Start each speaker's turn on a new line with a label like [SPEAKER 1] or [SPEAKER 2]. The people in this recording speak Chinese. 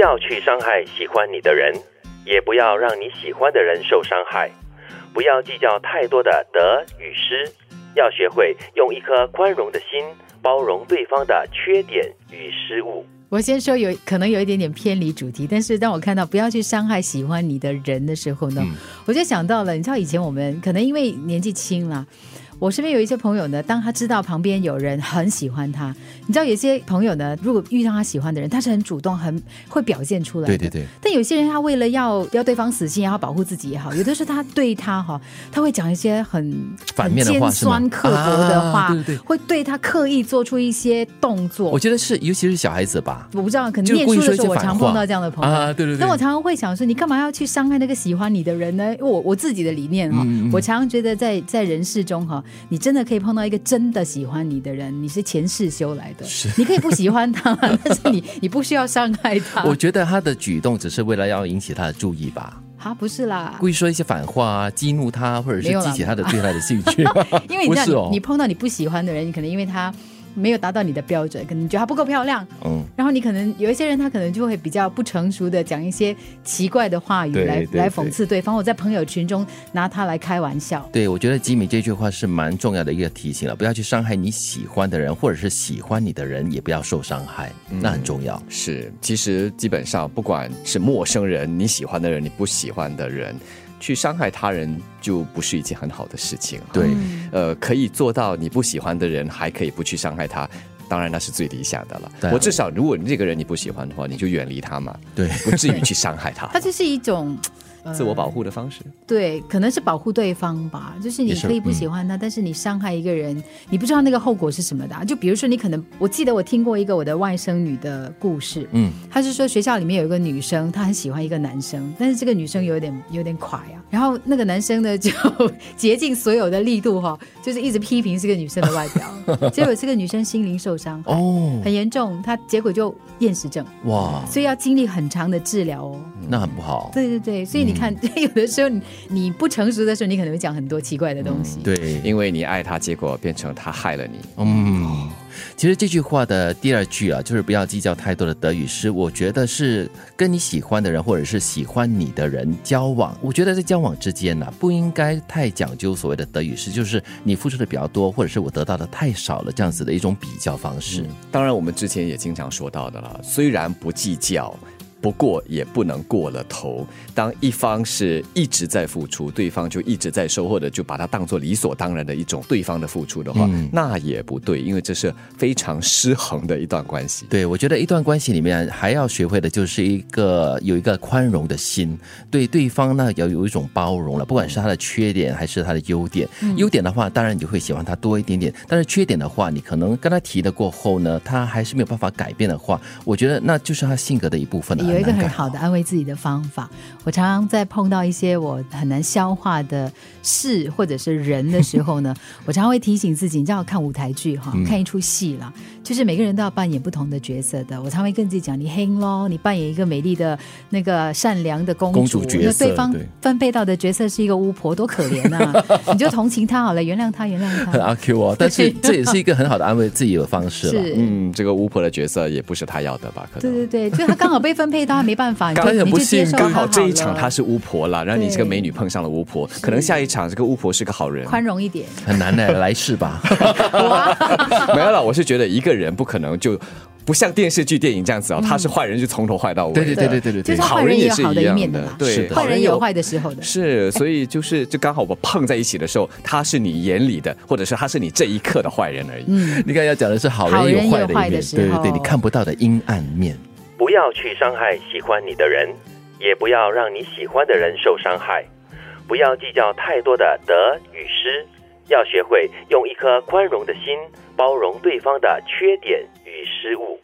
[SPEAKER 1] 要去伤害喜欢你的人，也不要让你喜欢的人受伤害。不要计较太多的得与失，要学会用一颗宽容的心包容对方的缺点与失误。
[SPEAKER 2] 我先说有可能有一点点偏离主题，但是当我看到不要去伤害喜欢你的人的时候呢，
[SPEAKER 3] 嗯
[SPEAKER 2] 我就想到了，你知道以前我们可能因为年纪轻啦。我身边有一些朋友呢，当他知道旁边有人很喜欢他，你知道有些朋友呢，如果遇到他喜欢的人，他是很主动、很会表现出来的。
[SPEAKER 3] 对对对，
[SPEAKER 2] 但有些人他为了要要对方死心，也好保护自己也好，有的时候他对他哈，他会讲一些很
[SPEAKER 3] 反面的
[SPEAKER 2] 很
[SPEAKER 3] 话
[SPEAKER 2] 尖
[SPEAKER 3] 是吗
[SPEAKER 2] 酸刻薄的话，
[SPEAKER 3] 啊对对对
[SPEAKER 2] 会对他刻意做出一些动作。
[SPEAKER 3] 我
[SPEAKER 2] 我
[SPEAKER 3] 觉得是，尤其是小孩子吧，
[SPEAKER 2] 不知道，可能
[SPEAKER 3] 就是
[SPEAKER 2] 念
[SPEAKER 3] 故意
[SPEAKER 2] 书
[SPEAKER 3] 说
[SPEAKER 2] 的
[SPEAKER 3] 一
[SPEAKER 2] 时候
[SPEAKER 3] 些
[SPEAKER 2] 我
[SPEAKER 3] 反
[SPEAKER 2] 常
[SPEAKER 3] 话
[SPEAKER 2] 碰到这样的朋友。
[SPEAKER 3] 啊，对对
[SPEAKER 2] 哦
[SPEAKER 3] 对。
[SPEAKER 2] 但我常常会想说，你干嘛要去伤害那个喜欢你的人呢？我我自己的理念哈、
[SPEAKER 3] 嗯嗯嗯
[SPEAKER 2] 我常常觉得在在人世中哈，你真的可以碰到一个真的喜欢你的人，你是前世修来的，你可以不喜欢他，但是你 你不需要伤害他。
[SPEAKER 3] 我觉得他的举动只是为了要引起他的注意吧，
[SPEAKER 2] 啊，不是啦，
[SPEAKER 3] 故意说一些反话啊，激怒他，或者
[SPEAKER 2] 没
[SPEAKER 3] 是
[SPEAKER 2] 有啦
[SPEAKER 3] 激起他的对他的兴趣。
[SPEAKER 2] 因为你
[SPEAKER 3] 不
[SPEAKER 2] 知道
[SPEAKER 3] 是
[SPEAKER 2] 你，
[SPEAKER 3] 哦
[SPEAKER 2] 你，碰到你不喜欢的人，你可能因为他没有达到你的标准，可能你觉得他不够漂亮，
[SPEAKER 3] 嗯，
[SPEAKER 2] 然后你可能有一些人，他可能就会比较不成熟的讲一些奇怪的话语
[SPEAKER 3] 对
[SPEAKER 2] 来
[SPEAKER 3] 对对
[SPEAKER 2] 来讽刺对方。我在朋友群中拿他来开玩笑，
[SPEAKER 3] 对，我觉得吉米这句话是蛮重要的一个提醒了，不要去伤害你喜欢的人，或者是喜欢你的人，也不要受伤害，那很重
[SPEAKER 2] 嗯
[SPEAKER 3] 要。
[SPEAKER 4] 是，其实基本上不管是陌生人、你喜欢的人、你不喜欢的人，去伤害他人就不是一件很好的事情。
[SPEAKER 3] 对，
[SPEAKER 4] 呃，可以做到你不喜欢的人还可以不去伤害他，当然那是最理想的了。
[SPEAKER 3] 对啊
[SPEAKER 4] 我至少如果你这个人你不喜欢的话，你就远离他嘛，
[SPEAKER 3] 对，
[SPEAKER 4] 不至于去伤害他。
[SPEAKER 2] 他就是一种、呃
[SPEAKER 4] 自我保护的方式，
[SPEAKER 2] 对，可能是保护对方吧。就是你
[SPEAKER 3] 也是嗯
[SPEAKER 2] 可以不喜欢他，但是你伤害一个人，你不知道那个后果是什么的啊、就比如说，你可能我记得我听过一个我的外甥女的故事，
[SPEAKER 3] 嗯，
[SPEAKER 2] 她是说学校里面有一个女生，她很喜欢一个男生，但是这个女生有点有点垮呀、然后那个男生呢就 竭尽所有的力度哈、就是一直批评这个女生的外 表，结果这个女生心灵受伤。
[SPEAKER 3] 哦，
[SPEAKER 2] 很严重，她结果就厌食症，
[SPEAKER 3] 哇，
[SPEAKER 2] 所以要经历很长的治疗哦。
[SPEAKER 3] 那很不好。
[SPEAKER 2] 对对对，所以你看，
[SPEAKER 3] 嗯
[SPEAKER 2] 有的时候你你不成熟的时候，你可能会讲很多奇怪的东西。，
[SPEAKER 3] 对，
[SPEAKER 4] 因为你爱他，结果变成他害了你。
[SPEAKER 3] 嗯，其实这句话的第二句啊，就是不要计较太多的得与失。我觉得是跟你喜欢的人，或者是喜欢你的人交往，我觉得在交往之间呢、不应该太讲究所谓的得与失，就是你付出的比较多，或者是我得到的太少了，这样子的一种比较方式。
[SPEAKER 4] 当然，我们之前也经常说到的了，虽然不计较。不过也不能过了头。当一方是一直在付出，对方就一直在收获的，就把它当做理所当然的一种对方的付出的话，
[SPEAKER 3] 嗯
[SPEAKER 4] 那也不对，因为这是非常失衡的一段关系。
[SPEAKER 3] 对，我觉得一段关系里面还要学会的就是一个有一个宽容的心，对对方呢要有一种包容了，不管是他的缺点还是他的优点。
[SPEAKER 2] 嗯
[SPEAKER 3] 优点的话，当然你会喜欢他多一点点，但是缺点的话，你可能跟他提了过后呢，他还是没有办法改变的话，我觉得那就是他性格的一部分了。
[SPEAKER 2] 有一个
[SPEAKER 3] 难改
[SPEAKER 2] 很好的安慰自己的方法。我常常在碰到一些我很难消化的事或者是人的时 候呢，我常常会提醒自己，你知道，看舞台剧哈，
[SPEAKER 3] 嗯
[SPEAKER 2] 看一出戏啦，就是每个人都要扮演不同的角色的。我常会跟自己讲，你黑喽，你扮演一个美丽的那个善良的公主，
[SPEAKER 3] 公主角色
[SPEAKER 2] 那对方
[SPEAKER 3] 对
[SPEAKER 2] 分配到的角色是一个巫婆，多可怜 啊！你就同情她好了，原谅她，原谅
[SPEAKER 3] 很
[SPEAKER 2] 她。
[SPEAKER 3] 阿 Q 哦，但是这也是一个很好的安慰自己的方式了。
[SPEAKER 2] 是，
[SPEAKER 4] 嗯，这个巫婆的角色也不是他要的吧？可
[SPEAKER 2] 对
[SPEAKER 4] 能
[SPEAKER 2] 对对， 就他刚好被分配到，他没办 法，你就
[SPEAKER 3] 刚也
[SPEAKER 2] 你
[SPEAKER 3] 不
[SPEAKER 2] 就接
[SPEAKER 3] 信
[SPEAKER 2] 受
[SPEAKER 4] 刚
[SPEAKER 2] 他
[SPEAKER 4] 好这一
[SPEAKER 2] 了
[SPEAKER 4] 场她是巫婆了，然后你这个美女碰上了巫婆，可能下一场这个巫婆是个好人。
[SPEAKER 2] 宽容一点。
[SPEAKER 3] 很难的，来 世吧。
[SPEAKER 4] 没有了，我是觉得一个人不可能就不像电视剧、电影这样子哦，他是坏人就从头坏到尾。
[SPEAKER 3] 嗯对对对对对对
[SPEAKER 2] 就
[SPEAKER 3] 对
[SPEAKER 2] 是，
[SPEAKER 4] 好
[SPEAKER 2] 坏
[SPEAKER 4] 人
[SPEAKER 2] 人也
[SPEAKER 4] 也
[SPEAKER 2] 有
[SPEAKER 4] 是
[SPEAKER 2] 好的
[SPEAKER 4] 一
[SPEAKER 2] 一
[SPEAKER 4] 样
[SPEAKER 2] 面
[SPEAKER 4] 的
[SPEAKER 2] 啦，
[SPEAKER 4] 对
[SPEAKER 2] 是的
[SPEAKER 4] 好
[SPEAKER 2] 坏人
[SPEAKER 4] 人
[SPEAKER 2] 也有
[SPEAKER 4] 有
[SPEAKER 2] 坏的时候的。
[SPEAKER 4] 是，所以就是就刚好我碰在一起的时候，他是你眼里的，或者是他是你这一刻的坏人而已。
[SPEAKER 3] 你刚才要讲的是好
[SPEAKER 2] 好
[SPEAKER 3] 人
[SPEAKER 2] 人
[SPEAKER 3] 有坏
[SPEAKER 2] 有
[SPEAKER 3] 的一
[SPEAKER 2] 坏
[SPEAKER 3] 面，
[SPEAKER 2] 的
[SPEAKER 3] 对
[SPEAKER 2] 时
[SPEAKER 3] 对对，
[SPEAKER 2] 候
[SPEAKER 3] 你看不到的阴暗面。
[SPEAKER 1] 不要去伤害喜欢你的人，也不要让你喜欢的人受伤害。不要计较太多的得与失，要学会用一颗宽容的心包容对方的缺点与失误。